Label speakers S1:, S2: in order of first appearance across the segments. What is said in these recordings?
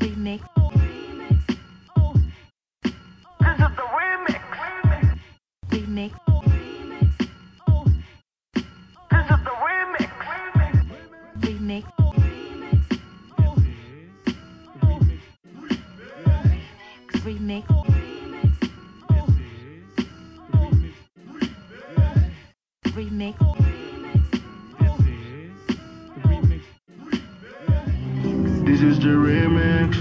S1: remix.
S2: This is the remix.
S1: Remix.
S2: This is the remix.
S1: Remix. Remix. Remix.
S3: This is the remix.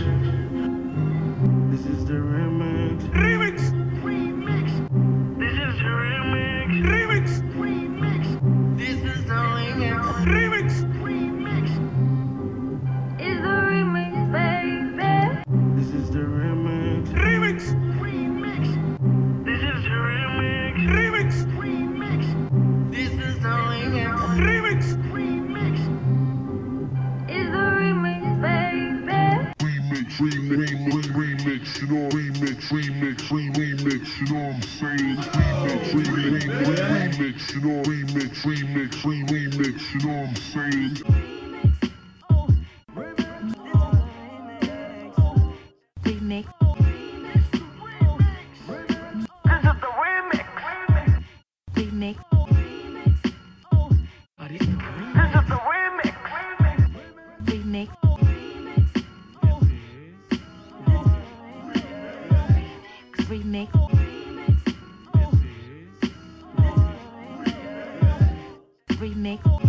S3: This is the remix.
S2: This is the remix. This is the remix.
S4: Is the remix, baby.
S3: This is the remix.
S2: This is the remix. This is the remix.
S4: Is the remix, baby.
S3: Remix, remix, remix, remix, you know, remix, remix, remix, you know what I'm saying? Remix, remix, remix, you know, remix, remix, remix, you know what I'm saying?
S1: Remix.
S2: This is the remix.
S1: Remix.
S2: This is the remix.
S1: Remix. Remix. Remix.